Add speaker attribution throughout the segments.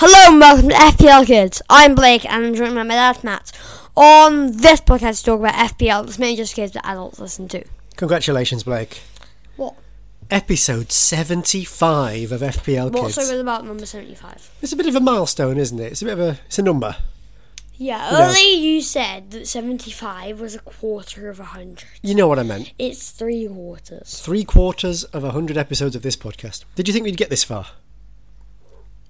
Speaker 1: and welcome to FPL Kids. I'm Blake and I'm joined by my dad Matt. On this podcast, we talk about FPL. It's mainly just kids that adults listen to.
Speaker 2: Congratulations, Blake.
Speaker 1: What?
Speaker 2: Episode 75 of FPL
Speaker 1: What's so
Speaker 2: Kids.
Speaker 1: good about number seventy-five?
Speaker 2: It's a bit of a milestone, isn't it? It's a bit of a it's a number.
Speaker 1: Yeah,
Speaker 2: No.
Speaker 1: earlier you said that seventy-five was a quarter of a hundred.
Speaker 2: You know what I meant.
Speaker 1: It's three quarters
Speaker 2: Three quarters of a hundred episodes of this podcast. Did you think we'd get this far?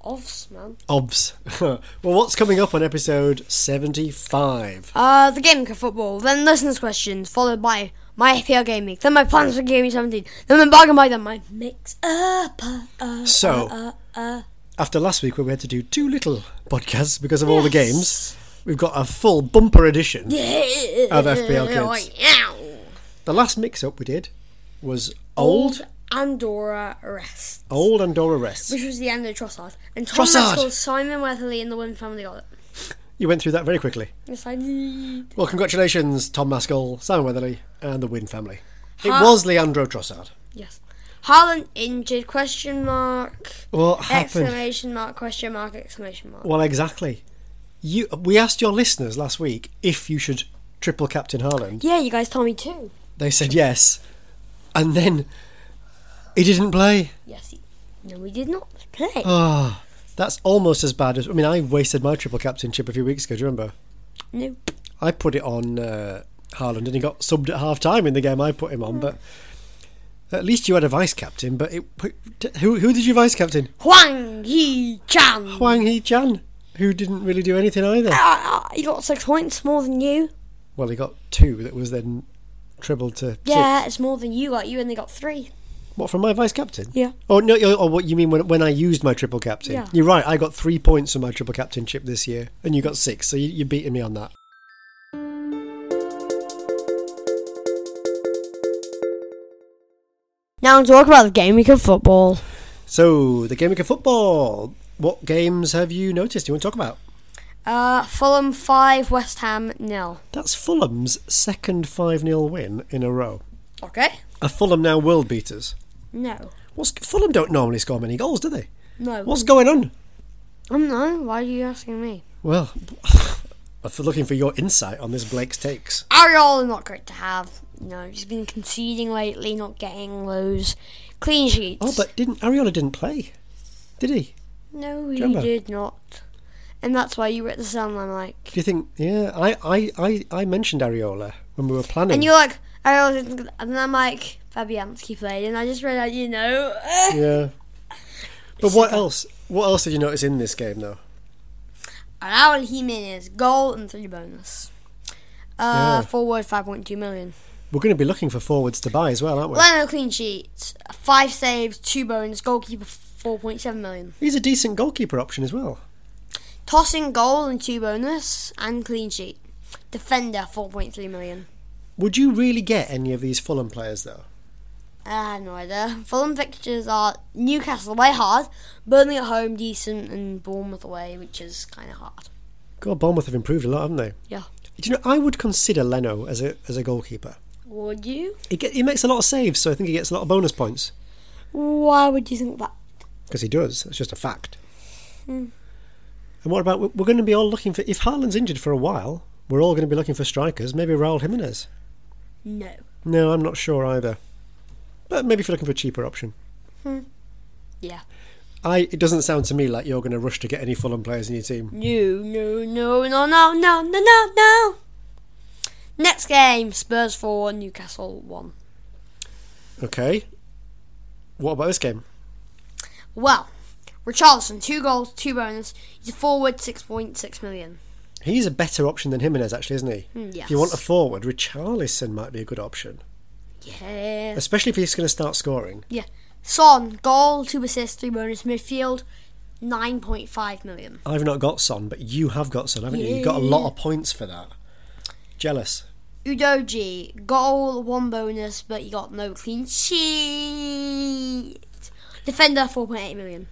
Speaker 1: offs, man.
Speaker 2: Obs. well, what's coming up on episode 75?
Speaker 1: Uh, the game of football, then listeners' questions, followed by my FPL game week, then my plans for game week seventeen, then my bargain buy, then my mix up. Uh, uh,
Speaker 2: So,
Speaker 1: uh, uh,
Speaker 2: after last week where we had to do two little podcasts because of all the
Speaker 1: Yes.
Speaker 2: games, we've got a full bumper edition.
Speaker 1: of
Speaker 2: FPL Kids. The last mix up we did was
Speaker 1: Old
Speaker 2: Old,
Speaker 1: Andorra arrest,
Speaker 2: Old Andorra Rests.
Speaker 1: which was the end of Trossard. And Tom
Speaker 2: Trossard!
Speaker 1: Maskell, Simon Weatherly, and the Wynn family got it.
Speaker 2: You went through that very quickly.
Speaker 1: Yes, I did.
Speaker 2: Well, congratulations, Tom Maskell, Simon Weatherly, and the Wynn family. It
Speaker 1: Ha-
Speaker 2: was Leandro Trossard.
Speaker 1: Yes. Haaland injured, question mark,
Speaker 2: What happened?
Speaker 1: exclamation mark, question mark, exclamation mark.
Speaker 2: Well, exactly. You, we asked your listeners last week if you should triple captain Haaland.
Speaker 1: Yeah, you guys told me too.
Speaker 2: They said yes, and then he didn't play.
Speaker 1: Yes. he- No, we did not play.
Speaker 2: Ah, that's almost as bad as. I mean, I wasted my triple captainship a few weeks ago. Do you remember?
Speaker 1: no.
Speaker 2: I put it on uh, Haaland and he got subbed at half time in the game I put him on, but at least you had a vice captain. But it, who who did you vice captain?
Speaker 1: Huang He Chan.
Speaker 2: Wang Hee Chan, who didn't really do anything either.
Speaker 1: Ah, ah, he got six points, more than you.
Speaker 2: Well, he got two that was then tripled to six.
Speaker 1: Yeah, it's more than you got. You only got three.
Speaker 2: What from my vice captain?
Speaker 1: Yeah.
Speaker 2: Oh no! oh, Oh, what you mean when when I used my triple captain?
Speaker 1: Yeah.
Speaker 2: You're right. I got three points on my triple captainship this year, and you got six. So you, you're beating me on that.
Speaker 1: Now, talk about the game week of football.
Speaker 2: So the game week of football. What games have you noticed? You want to talk about?
Speaker 1: Uh, Fulham 5, West Ham nil.
Speaker 2: That's Fulham's second 5 0 win in a row.
Speaker 1: Okay.
Speaker 2: Are Fulham now world beaters?
Speaker 1: No.
Speaker 2: What's, Fulham don't normally score many goals, do they?
Speaker 1: No.
Speaker 2: What's going on?
Speaker 1: Um, no, why are you asking me?
Speaker 2: Well, I'm looking for your insight on this Blake's takes.
Speaker 1: Ariol not great to have. No, he's been conceding lately, not getting lows. Clean sheets.
Speaker 2: Oh, but didn't Ariola didn't play, did he?
Speaker 1: No, he
Speaker 2: Jumbo.
Speaker 1: did not. And that's why you were at the sound line like.
Speaker 2: Do you think? Yeah, I, I, I, I mentioned Ariola when we were planning.
Speaker 1: And you're like, Ariol didn't. good- And then I'm like, Fabianski played, and I just realised, you know.
Speaker 2: yeah. But what else? What else did you notice in this game, though?
Speaker 1: Raul Jimenez, goal and three bonus. Uh,
Speaker 2: Yeah.
Speaker 1: Forward 5.2 million.
Speaker 2: We're going to be looking for forwards to buy as well, aren't we?
Speaker 1: Leno clean sheet, five saves, two bonus, goalkeeper four point seven million.
Speaker 2: He's a decent goalkeeper option as well.
Speaker 1: Tossing goal and two bonus and clean sheet. Defender four point three million.
Speaker 2: Would you really get any of these Fulham players though?
Speaker 1: I have no idea. Fulham fixtures are Newcastle away hard, Burnley at home decent, and Bournemouth away, which is kind of hard.
Speaker 2: God, Bournemouth have improved a lot, haven't they?
Speaker 1: Yeah.
Speaker 2: Do you know, I would consider Leno as a as a goalkeeper.
Speaker 1: Would you?
Speaker 2: He, get, he makes a lot of saves, so I think he gets a lot of bonus points
Speaker 1: Why would you think that?
Speaker 2: because he does. It's just a fact. And what about we're going to be all looking for if Haaland's injured for a while, we're all going to be looking for strikers. Maybe Raúl Jiménez.
Speaker 1: No.
Speaker 2: No, I'm not sure either. But maybe if you're looking for a cheaper option.
Speaker 1: Yeah.
Speaker 2: I, it doesn't sound to me like you're going to rush to get any Fulham players in your team.
Speaker 1: No, no, no, no, no, no, no, no, no. Next game, Spurs four, Newcastle one.
Speaker 2: Okay. What about this game?
Speaker 1: Well, Richarlison, two goals, two bonus. He's a forward, 6.6 million.
Speaker 2: He's a better option than Jimenez, actually, isn't he?
Speaker 1: Mm, yes.
Speaker 2: If you want a forward, Richarlison might be a good option,
Speaker 1: Yeah.
Speaker 2: especially if he's going to start scoring.
Speaker 1: Yeah. Son, goal, two assists, three bonus. Midfield, 9.5 million.
Speaker 2: I've not got Son, but you have got Son, haven't you? You got a lot of points for that. Jealous.
Speaker 1: Udoji, goal, one bonus, but he got no clean sheet. Defender, 4.8 million.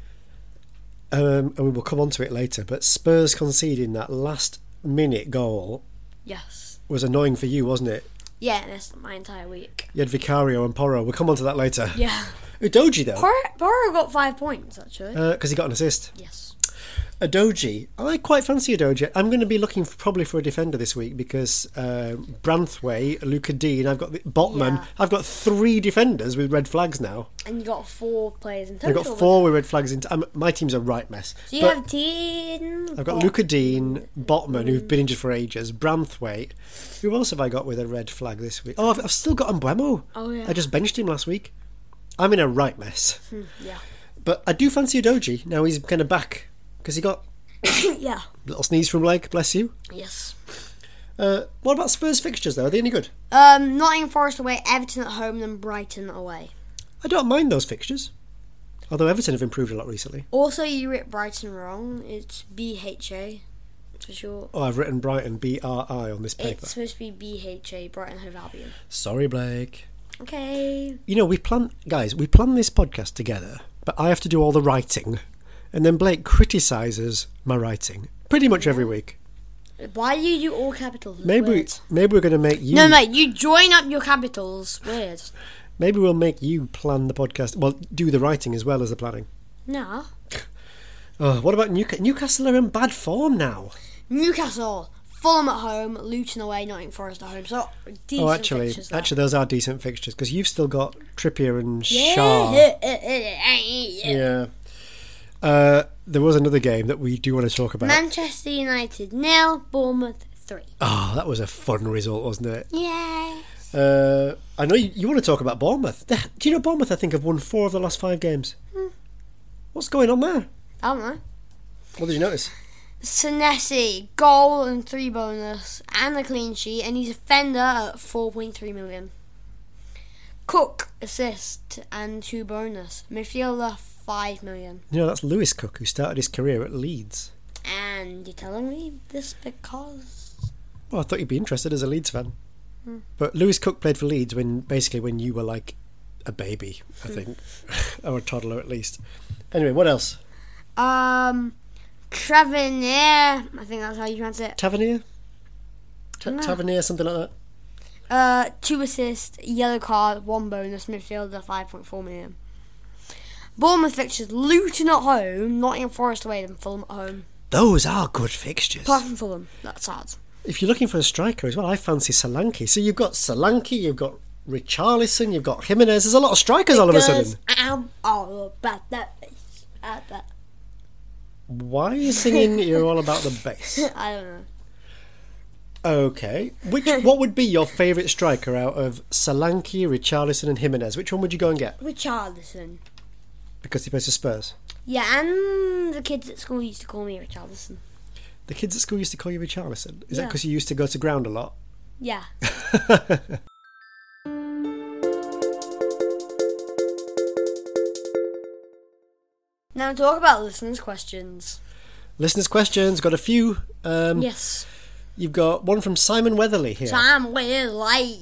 Speaker 2: Um, and we will come on to it later. But Spurs conceding that last minute goal
Speaker 1: Yes.
Speaker 2: was annoying for you, wasn't it?
Speaker 1: Yeah, I missed my entire week.
Speaker 2: You had Vicario and Porro. We'll come on to that later.
Speaker 1: Yeah.
Speaker 2: Udoji, though, Uh,
Speaker 1: Porro got five points, actually.
Speaker 2: because he got an assist.
Speaker 1: yes.
Speaker 2: Adoji. I quite fancy Adoji. I'm going to be looking for, probably for a defender this week because uh, Branthwaite, Luca Dean, I've got the, Botman.
Speaker 1: Yeah.
Speaker 2: I've got three defenders with red flags now.
Speaker 1: And you got four players in
Speaker 2: I've
Speaker 1: total.
Speaker 2: got four with red flags. In t- I'm, my team's a right mess.
Speaker 1: Do you
Speaker 2: But
Speaker 1: have Oh, Dean?
Speaker 2: I've got
Speaker 1: Bot-
Speaker 2: Luca Dean, Botman, who've been injured for ages, Branthwaite. Who else have I got with a red flag this week? Oh, I've, I've still got Mbuemo.
Speaker 1: Oh, yeah.
Speaker 2: I just benched him last week. I'm in a right mess.
Speaker 1: Hmm, Yeah.
Speaker 2: But I do fancy Adoji. Now he's kind of back because he got
Speaker 1: yeah.
Speaker 2: little sneeze from leg. Bless you.
Speaker 1: Yes.
Speaker 2: Uh, what about Spurs fixtures though? Are they any good?
Speaker 1: Um, Nottingham Forest away, Everton at home, then Brighton away.
Speaker 2: I don't mind those fixtures. Although Everton have improved a lot recently.
Speaker 1: Also, you wrote Brighton wrong. It's B H A for short.
Speaker 2: Oh, I've written Brighton B R I on this paper.
Speaker 1: It's supposed to be B H A, Brighton Hove Albion.
Speaker 2: Sorry, Blake.
Speaker 1: Okay.
Speaker 2: You know we plan, guys. We plan this podcast together, but I have to do all the writing, and then Blake criticises my writing pretty much every week.
Speaker 1: Why do you do all capitals? It's
Speaker 2: Maybe
Speaker 1: weird.
Speaker 2: maybe we're going to make you.
Speaker 1: No, mate, you join up your capitals. Weird.
Speaker 2: Maybe we'll make you plan the podcast. Well, do the writing as well as the planning.
Speaker 1: Nah.
Speaker 2: Oh, what about Newcastle? Newcastle are in bad form now.
Speaker 1: Newcastle, Fulham at home, Luton away, Nottingham Forest at home. So decent
Speaker 2: Oh, actually,
Speaker 1: fixtures there.
Speaker 2: actually, those are decent fixtures because you've still got Trippier and Shaw.
Speaker 1: Yeah.
Speaker 2: Yeah. Uh, there was another game that we do want to talk about.
Speaker 1: Manchester United nil, Bournemouth three.
Speaker 2: Ah, that was a fun result, wasn't it?
Speaker 1: Yay!
Speaker 2: Uh, I know you, you want to talk about Bournemouth. They- Do you know Bournemouth? I think have won four of the last five games. What's going on there?
Speaker 1: I don't know.
Speaker 2: What did you notice?
Speaker 1: Senesi, goal and three bonus and a clean sheet, and he's a fender at 4.3 million. Cook, assist and two bonus. Midfielder, 5 million.
Speaker 2: You know that's Lewis Cook who started his career at Leeds.
Speaker 1: And you're telling me this because.
Speaker 2: Well, I thought you'd be interested as a Leeds fan. But Lewis Cook played for Leeds when basically when you were like a baby, I think, or a toddler at least. Anyway, what else?
Speaker 1: Um. Travenier, I think that's how you pronounce it.
Speaker 2: Tavernier, Ta-
Speaker 1: No.
Speaker 2: Tavernier, something like that.
Speaker 1: Uh, two assists, yellow card, one bonus, midfielder, 5.4 million. Bournemouth fixtures, Luton at home, Nottingham Forest away, then Fulham at home.
Speaker 2: Those are good fixtures.
Speaker 1: Apart from Fulham, that's hard.
Speaker 2: If you're looking for a striker as well, I fancy Solanke. So you've got Solanke, you've got Richarlison, you've got Jimenez. There's a lot of strikers all of a sudden.
Speaker 1: I'm all about that bass. About that.
Speaker 2: Why are you singing You're All About the Bass?
Speaker 1: I don't know.
Speaker 2: Okay. Which what would be your favourite striker out of Solanke, Richarlison and Jimenez? Which one would you go and get?
Speaker 1: Richardson.
Speaker 2: Because he plays for Spurs.
Speaker 1: Yeah, and the kids at school used to call me Richardson.
Speaker 2: The kids at school used to call you Richarlison. Is that
Speaker 1: Yeah.
Speaker 2: because you used to go to ground a lot?
Speaker 1: Yeah. now talk about listeners' questions.
Speaker 2: Listeners' questions, got a few. Um,
Speaker 1: Yes.
Speaker 2: You've got one from Simon Weatherly here.
Speaker 1: Sam will like.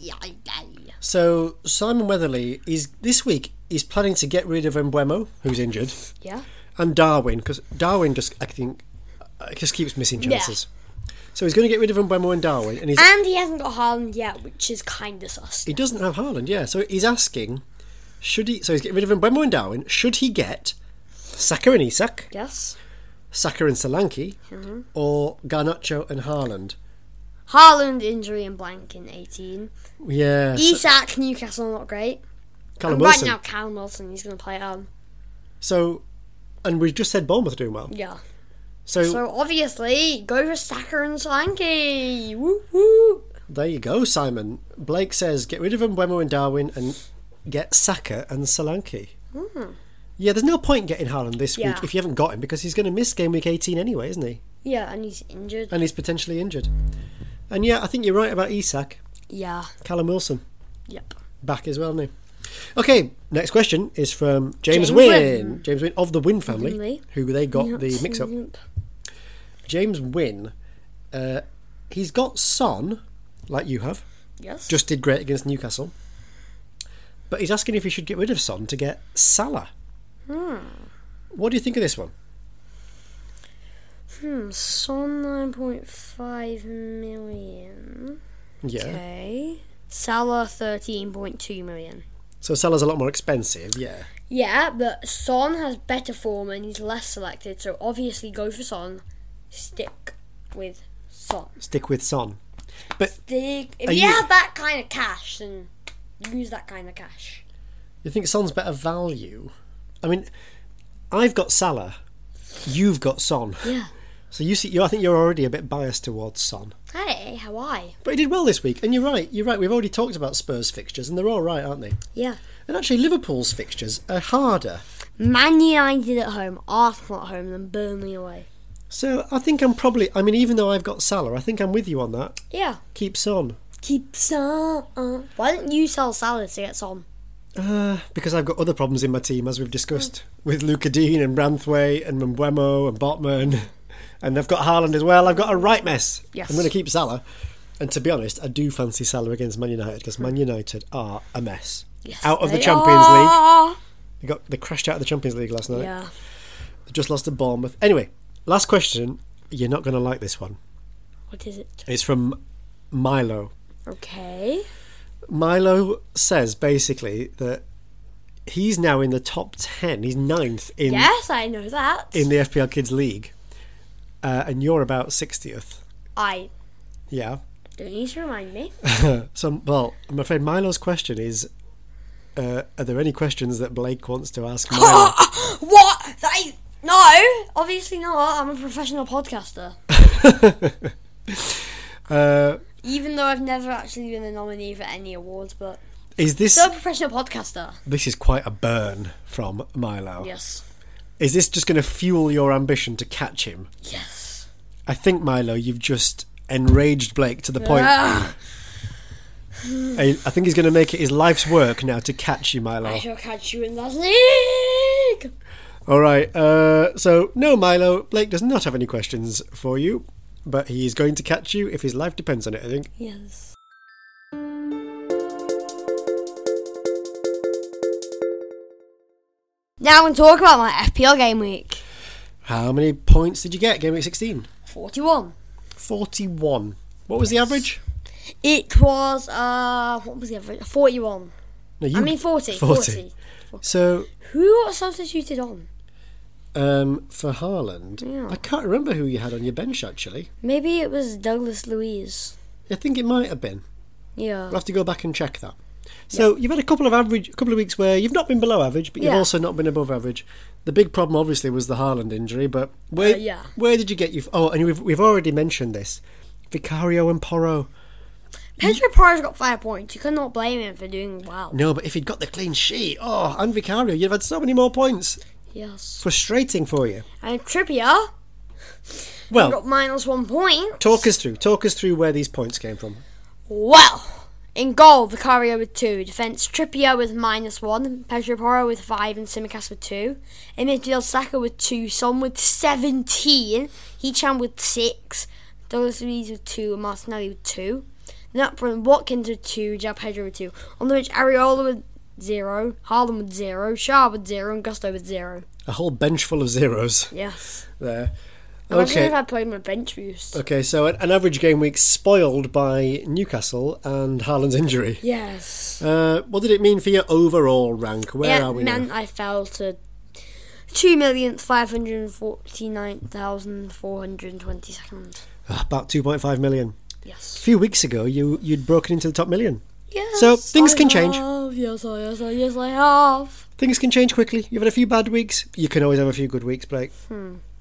Speaker 2: So Simon Weatherly is this week he's planning to get rid of Embuemo, who's injured,
Speaker 1: Yeah.
Speaker 2: and Darwin because Darwin just I think uh, just keeps missing
Speaker 1: Yeah.
Speaker 2: chances. So he's going to get rid of Embuemo and Darwin, and he's,
Speaker 1: And he hasn't got Haaland yet, which is kind of sus.
Speaker 2: he doesn't have Haaland. Yeah, so he's asking, should he? So he's getting rid of Embuemo and Darwin. Should he get Saka and Isak,
Speaker 1: Yes.
Speaker 2: Saka and Solanke,
Speaker 1: Mm-hmm.
Speaker 2: or Garnacho and Haaland?
Speaker 1: Haaland injury and blank in 18.
Speaker 2: Yeah, so-
Speaker 1: Isak, Newcastle, not great.
Speaker 2: Callum
Speaker 1: and
Speaker 2: Wilson.
Speaker 1: right now, Callum Wilson, he's going to play um
Speaker 2: So, and we just said Bournemouth are doing well.
Speaker 1: Yeah.
Speaker 2: So,
Speaker 1: So obviously, go for Saka and Solanke. Woo woo.
Speaker 2: There you go, Simon. Blake says get rid of Mbwemo and Darwin and get Saka and Solanke. Yeah, there's no point getting Haaland this
Speaker 1: Yeah.
Speaker 2: week if you haven't got him because he's going to miss game week 18 anyway, isn't he?
Speaker 1: Yeah, and he's injured.
Speaker 2: And he's potentially injured. And yeah, I think you're right about Isak.
Speaker 1: yeah.
Speaker 2: Callum Wilson
Speaker 1: Yep.
Speaker 2: back as well, isn't he? Okay, next question is from James,
Speaker 1: James
Speaker 2: Wynn.
Speaker 1: Wynn.
Speaker 2: James Wynn of the Wynn family,
Speaker 1: Family.
Speaker 2: who they got the mix up.
Speaker 1: Yep.
Speaker 2: James Wynn, uh, he's got Son, like you have.
Speaker 1: Yes.
Speaker 2: just did great against Newcastle. But he's asking if he should get rid of Son to get Salah. What do you think of this one?
Speaker 1: Hmm, Son 9.5 million.
Speaker 2: Yeah.
Speaker 1: Okay. Salah 13.2 million.
Speaker 2: So Salah's a lot more expensive, yeah.
Speaker 1: Yeah, but Son has better form and he's less selected, so obviously go for Son. Stick with Son.
Speaker 2: Stick with Son.
Speaker 1: Stick. If
Speaker 2: Are
Speaker 1: you,
Speaker 2: you-
Speaker 1: have that kind of cash, then use that kind of cash.
Speaker 2: You think Son's better value? I mean, I've got Salah, you've got Son.
Speaker 1: Yeah.
Speaker 2: So you see, you, I think you're already a bit biased towards Son.
Speaker 1: Hey, how are you?
Speaker 2: But he did well this week, and you're right. You're right. We've already talked about Spurs fixtures, and they're all right, aren't they?
Speaker 1: Yeah.
Speaker 2: And actually, Liverpool's fixtures are harder.
Speaker 1: Man United at home, Arsenal at home, then Burnley away.
Speaker 2: So I think I'm probably. I mean, even though I've got Salah, I think I'm with you on that.
Speaker 1: Yeah.
Speaker 2: Keep Son.
Speaker 1: Keep Son. Why don't you sell Salah to get Son?
Speaker 2: Uh, because I've got other problems in my team, as we've discussed, with Luca Dean and Branthwaite and Mbwemo and Botman. And I've got Haaland as well. I've got a right mess.
Speaker 1: Yes.
Speaker 2: I'm going to keep Salah. And to be honest, I do fancy Salah against Man United because Man United are a mess. out of the Champions League. They got they crashed out of the Champions League last night.
Speaker 1: Yeah.
Speaker 2: They just lost to Bournemouth. Anyway, last question. You're not going to like this one.
Speaker 1: What is it?
Speaker 2: It's from Milo.
Speaker 1: Okay.
Speaker 2: Milo says basically that he's now in the top 10. He's ninth in
Speaker 1: Yes, I know that.
Speaker 2: in the FPL Kids League, uh, and you're about 60th.
Speaker 1: I
Speaker 2: Yeah.
Speaker 1: don't need to remind me.
Speaker 2: So, well, I'm afraid Milo's question is uh, Are there any questions that Blake wants to ask Milo?
Speaker 1: what? They? No, obviously not. I'm a professional podcaster.
Speaker 2: uh,
Speaker 1: Even though I've never actually been a nominee for any awards, but
Speaker 2: is this.
Speaker 1: still a professional podcaster.
Speaker 2: This is quite a burn from Milo.
Speaker 1: Yes.
Speaker 2: Is this just going to fuel your ambition to catch him?
Speaker 1: Yes.
Speaker 2: I think, Milo, you've just enraged Blake to the point.
Speaker 1: Ah,
Speaker 2: I, I think he's going to make it his life's work now to catch you,
Speaker 1: I
Speaker 2: Milo.
Speaker 1: shall catch you in that league.
Speaker 2: All right. Uh, so, no, Milo, Blake does not have any questions for you, but he is going to catch you if his life depends on it, I think.
Speaker 1: Yes. Now I'm going to talk about my FPL game week.
Speaker 2: How many points did you get, game week 16?
Speaker 1: 41.
Speaker 2: 41. What was the average?
Speaker 1: It was, uh, what was the average? 41.
Speaker 2: No, you,
Speaker 1: I mean 40.
Speaker 2: 40.
Speaker 1: 40.
Speaker 2: So,
Speaker 1: Who got substituted on?
Speaker 2: um, for Haaland,
Speaker 1: Yeah.
Speaker 2: I can't remember who you had on your bench, actually.
Speaker 1: Maybe it was Douglas Louise.
Speaker 2: I think it might have been.
Speaker 1: Yeah.
Speaker 2: We'll have to go back and check that. So you've had a couple of average, a couple of weeks where you've not been below average, but you've
Speaker 1: Yeah.
Speaker 2: also not been above average. The big problem, obviously, was the Haaland injury. But where,
Speaker 1: Uh, yeah.
Speaker 2: where did you get you? Oh, and we've we've already mentioned this, Vicario and Porro.
Speaker 1: Pedro Porro's got five points. You cannot blame him for doing well.
Speaker 2: No, but if he'd got the clean sheet, oh, and Vicario, you'd have had so many more points.
Speaker 1: Yes.
Speaker 2: Frustrating for you.
Speaker 1: And Trippier
Speaker 2: Well,
Speaker 1: got minus one point.
Speaker 2: talk us through, talk us through where these points came from.
Speaker 1: Well, in goal, Vicario with two. Defence, Trippier with minus one. Pedro Porro with five and Simicast with two. In midfield, Saka with two. Son with 17. Heechan with six. Douglas Luiz with two. And Martinelli with two. Then up front, Watkins with two. Jao Pedro with two. On the bench, Ariola with zero. Harlan with zero. Shaw with zero. And Gusto with zero.
Speaker 2: A whole bench full of zeros
Speaker 1: Yes.
Speaker 2: there.
Speaker 1: Imagine
Speaker 2: Okay.
Speaker 1: if I played my bench boost.
Speaker 2: Okay, so an an average game week spoiled by Newcastle and Haaland's injury.
Speaker 1: Yes.
Speaker 2: Uh, what did it mean for your overall rank? Where
Speaker 1: Yeah,
Speaker 2: are we
Speaker 1: meant
Speaker 2: now?
Speaker 1: I fell to two million five hundred forty nine thousand four hundred twenty second.
Speaker 2: Ah, About 2.5 million. A
Speaker 1: Yes.
Speaker 2: few weeks ago, you you'd broken into the top million.
Speaker 1: Yes.
Speaker 2: So, things
Speaker 1: I
Speaker 2: can change.
Speaker 1: Have. Yes, I, yes, I, yes, I have.
Speaker 2: Things can change quickly. You've had a few bad weeks. You can always have a few good weeks, Blake.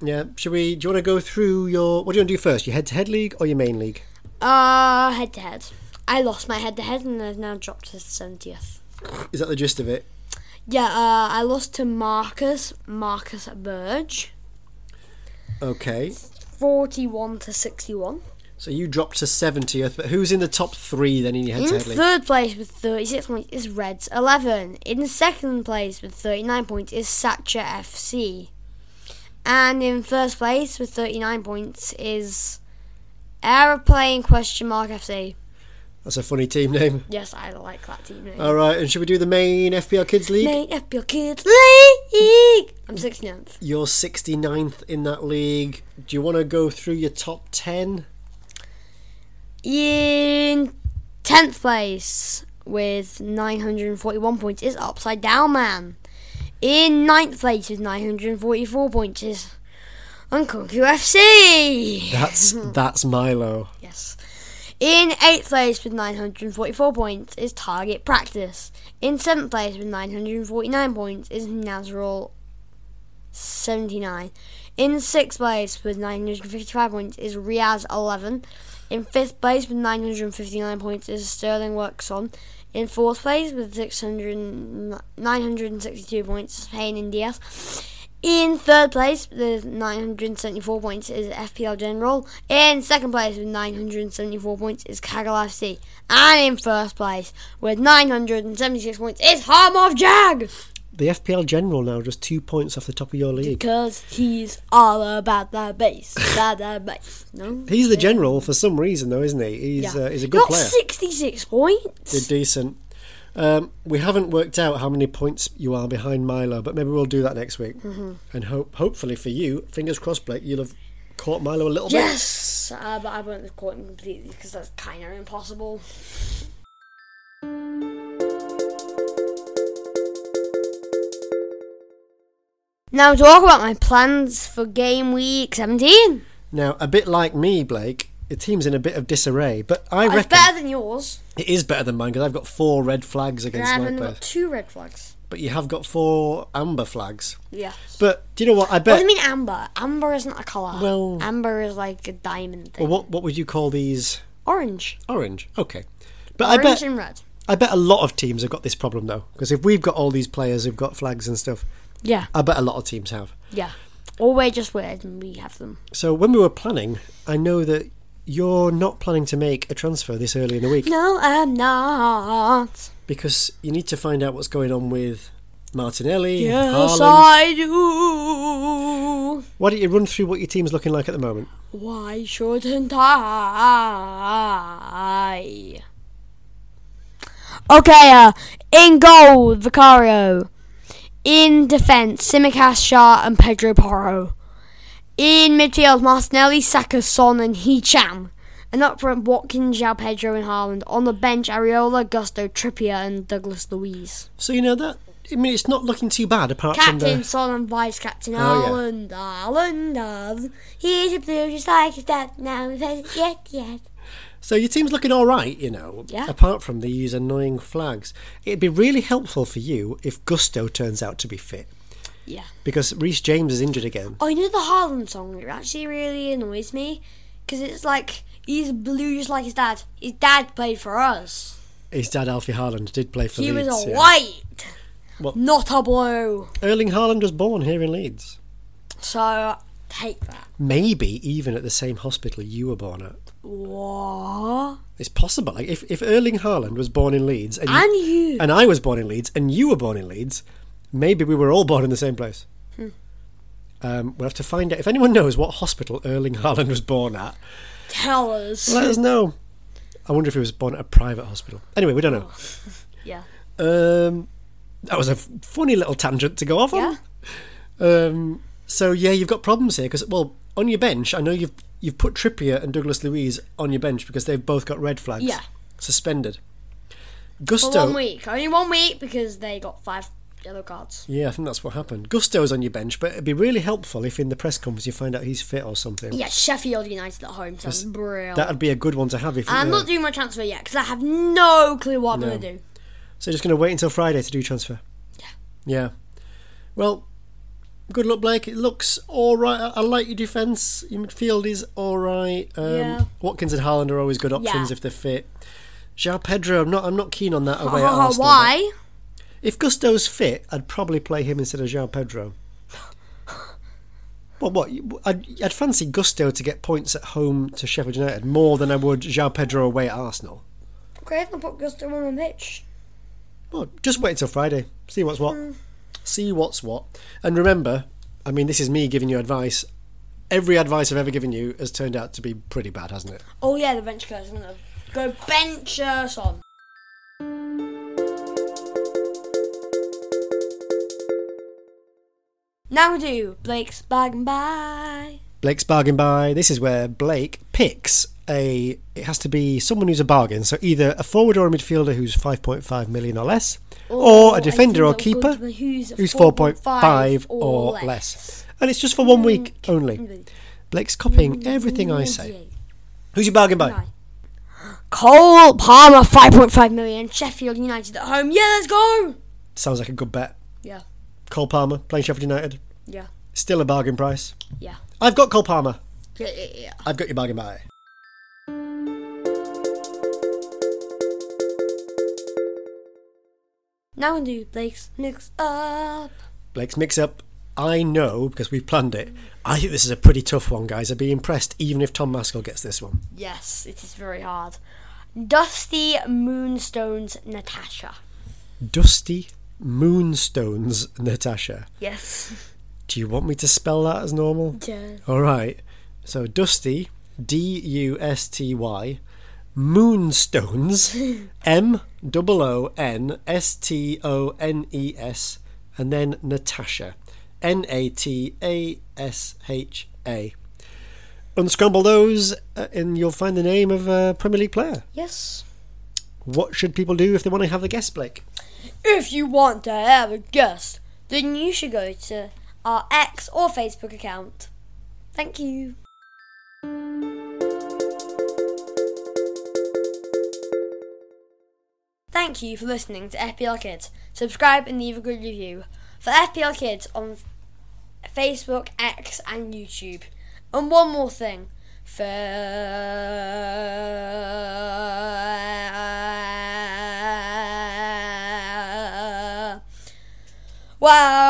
Speaker 2: Yeah. Should we? Do you want to go through your? What do you want to do first? Your head-to-head league or your main league?
Speaker 1: Uh, head to head. I lost my head to head and I've now dropped to seventieth.
Speaker 2: Is that the gist of it?
Speaker 1: Yeah, uh, I lost to Marcus, Marcus Burge,
Speaker 2: Okay.
Speaker 1: forty-one to sixty-one.
Speaker 2: So you dropped to seventieth, but who's in the top three then in your
Speaker 1: In
Speaker 2: head-to-head league?
Speaker 1: third place with 36 points is Reds 11. In second place with 39 points is Satcher FC. And in first place with 39 points is Aeroplane question mark FC.
Speaker 2: That's a funny team name.
Speaker 1: Yes, I like that team name.
Speaker 2: All right. And should we do the main FPL Kids League?
Speaker 1: Mate, up your kids league. I'm 69th.
Speaker 2: You're 69th in that league. Do you want to go through your top ten?
Speaker 1: In 10th place with 941 points is Upside Down Man. In ninth place with 944 points is Uncle QFC.
Speaker 2: That's that's Milo.
Speaker 1: Yes. In 8th place with 944 points is Target Practice. In 7th place with 949 points is Nazrul 79. In 6th place with 955 points is Riaz 11. In 5th place with 959 points is Sterling Works On. In 4th place with 600, 962 points is Spain Indias. In third place with 974 points is FPL General. In second place with 974 points is Kaggle FC. And in first place with 976 points is Harm of Jag!
Speaker 2: The FPL general now just two points off the top of your league.
Speaker 1: Because he's all about the base. About the base. No?
Speaker 2: He's the general for some reason though, isn't he? He's uh, he's a good
Speaker 1: Got
Speaker 2: player.
Speaker 1: 66 points.
Speaker 2: Did decent. Um, we haven't worked out how many points you are behind Milo, but maybe we'll do that next week. And hope, hopefully for you, fingers crossed, Blake, you'll have caught Milo a little bit.
Speaker 1: Yes! Uh, but I won't record him completely because that's kind of impossible. Now, talk about my plans for game week 17.
Speaker 2: Now, a bit like me, Blake, the team's in a bit of disarray, but I
Speaker 1: It's
Speaker 2: reckon
Speaker 1: better than yours.
Speaker 2: it is better than mine because I've got four red flags
Speaker 1: And
Speaker 2: against
Speaker 1: I've
Speaker 2: my
Speaker 1: only
Speaker 2: players,
Speaker 1: got two red flags.
Speaker 2: but you have got four amber flags.
Speaker 1: Yeah.
Speaker 2: But do you know what? I
Speaker 1: What
Speaker 2: bet.
Speaker 1: do you mean amber? Amber isn't a colour.
Speaker 2: Well-
Speaker 1: amber is like a diamond thing.
Speaker 2: Well, what what would you call these?
Speaker 1: Orange.
Speaker 2: Orange. Okay. But I
Speaker 1: Orange
Speaker 2: bet
Speaker 1: and red.
Speaker 2: I bet a lot of teams have got this problem though, because if we've got all these players who've got flags and stuff,
Speaker 1: Yeah,
Speaker 2: I bet a lot of teams have.
Speaker 1: yeah. Or we're just weird and we have them.
Speaker 2: So when we were planning, I know that you're not planning to make a transfer this early in the week
Speaker 1: No, I'm not.
Speaker 2: because you need to find out what's going on with Martinelli.
Speaker 1: Yes,
Speaker 2: Haaland.
Speaker 1: I do.
Speaker 2: Why don't you run through what your team's looking like at the moment?
Speaker 1: Why shouldn't I? Okay, uh, in goal, Vicario. In defence, Simicast, Shah, and Pedro Porro. In midfield, Martinelli, Saka, Son, and Hee-Chan. And up front, Watkins, João Pedro, and Haaland. On the bench, Ariola, Gusto, Trippier, and Douglas Luiz.
Speaker 2: So you know that I mean it's not looking too bad apart from
Speaker 1: Captain
Speaker 2: the
Speaker 1: Son and Vice Captain
Speaker 2: Oh, yeah.
Speaker 1: Ireland, Ireland, Ireland. He's a blue just like his dad now. He says, Yet, yet.
Speaker 2: So your team's looking all right, you know.
Speaker 1: Yeah.
Speaker 2: Apart from these annoying flags, it'd be really helpful for you if Gusto turns out to be fit
Speaker 1: Yeah.
Speaker 2: because Reece James is injured again.
Speaker 1: Oh, you know the Harlem song? It actually really annoys me. Because it's like, he's blue just like his dad. His dad played for us.
Speaker 2: His dad Alfie Haaland did play for
Speaker 1: He
Speaker 2: Leeds.
Speaker 1: was a
Speaker 2: yeah.
Speaker 1: white,
Speaker 2: Well-
Speaker 1: not a blue.
Speaker 2: Erling Haaland was born here in Leeds.
Speaker 1: So, take that.
Speaker 2: Maybe even at the same hospital you were born at.
Speaker 1: What?
Speaker 2: It's possible. Like if, if Erling Haaland was born in Leeds and,
Speaker 1: And you.
Speaker 2: and I was born in Leeds and you were born in Leeds, maybe we were all born in the same place.
Speaker 1: Hmm.
Speaker 2: Um, we'll have to find out. If anyone knows what hospital Erling Haaland was born at,
Speaker 1: Tell us.
Speaker 2: let us know. I wonder if he was born at a private hospital. Anyway, we don't know.
Speaker 1: Yeah.
Speaker 2: Um, that was a f- funny little tangent to go off on. Um, so yeah, you've got problems here because well, on your bench, I know you've you've put Trippier and Douglas Louise on your bench because they've both got red flags.
Speaker 1: Yeah.
Speaker 2: Suspended.
Speaker 1: For
Speaker 2: Gusto.
Speaker 1: one week. Only one week because they got five yellow cards.
Speaker 2: yeah, I think that's what happened. Gusto's on your bench, but it'd be really helpful if in the press conference you find out he's fit or something.
Speaker 1: Yeah, Sheffield United at home sounds brilliant.
Speaker 2: That'd be a good one to have if.
Speaker 1: I'm
Speaker 2: uh,
Speaker 1: not doing my transfer yet because I have no clue what I'm
Speaker 2: No.
Speaker 1: going to do.
Speaker 2: so you're just going to wait until Friday to do transfer. Yeah. Yeah. Well, good luck, Blake. It looks all right. I, I like your defence. Your midfield is all right. Um,
Speaker 1: Yeah.
Speaker 2: Watkins and Haaland are always good options
Speaker 1: Yeah.
Speaker 2: if they're fit. Jao Pedro, I'm not. I'm not keen on that away at
Speaker 1: Oh,
Speaker 2: Arsenal.
Speaker 1: why?
Speaker 2: If Gusto's fit, I'd probably play him instead of Jao Pedro. Well, what? you- I'd, I'd fancy Gusto to get points at home to Sheffield United more than I would Jao Pedro away at Arsenal.
Speaker 1: Okay, I'm going to put Gusto on the pitch.
Speaker 2: Well, Oh, just wait till Friday. See what's what. See what's what. And remember, I mean, this is me giving you advice. Every advice I've ever given you has turned out to be pretty bad, hasn't it?
Speaker 1: Oh, yeah, the bench curse. I'm going to go bench us on. Now we do Blake's Bag and Buy.
Speaker 2: Blake's bargain buy. This is where Blake picks a. It has to be someone who's a bargain. So either a forward or a midfielder who's 5.5 million or less, or, a defender or keeper
Speaker 1: who's,
Speaker 2: who's 4.5 or less. And it's just for one week only. Blake's copying everything I say. Who's your bargain buy?
Speaker 1: Right. Cole Palmer, 5.5 million. Sheffield United at home. Yeah, let's go.
Speaker 2: Sounds like a good bet.
Speaker 1: Yeah,
Speaker 2: Cole Palmer playing Sheffield United.
Speaker 1: yeah,
Speaker 2: Still a bargain price.
Speaker 1: yeah.
Speaker 2: I've got Cole Palmer.
Speaker 1: Yeah, yeah, yeah.
Speaker 2: I've got your bargain buy.
Speaker 1: Now we do Blake's mix up.
Speaker 2: Blake's mix up. I know because we've planned it. I think this is a pretty tough one, guys. I'd be impressed even if Tom Maskell gets this one.
Speaker 1: Yes, it is very hard. Dusty Moonstone's Natasha.
Speaker 2: Dusty Moonstones, Natasha.
Speaker 1: Yes.
Speaker 2: Do you want me to spell that as normal?
Speaker 1: Yeah.
Speaker 2: All right. So Dusty, D U S T Y, Moonstones, M O O N S T O N E S, and then Natasha, N A T A S H A. Unscramble those, uh, and you'll find the name of a Premier League player.
Speaker 1: Yes.
Speaker 2: What should people do if they want to have a guest, Blake?
Speaker 1: If you want to have a guest, then you should go to our X or Facebook account. Thank you. Thank you for listening to FPL Kids. Subscribe and leave a good review for FPL Kids on Facebook, X, and YouTube. And one more thing. Fa- Wow.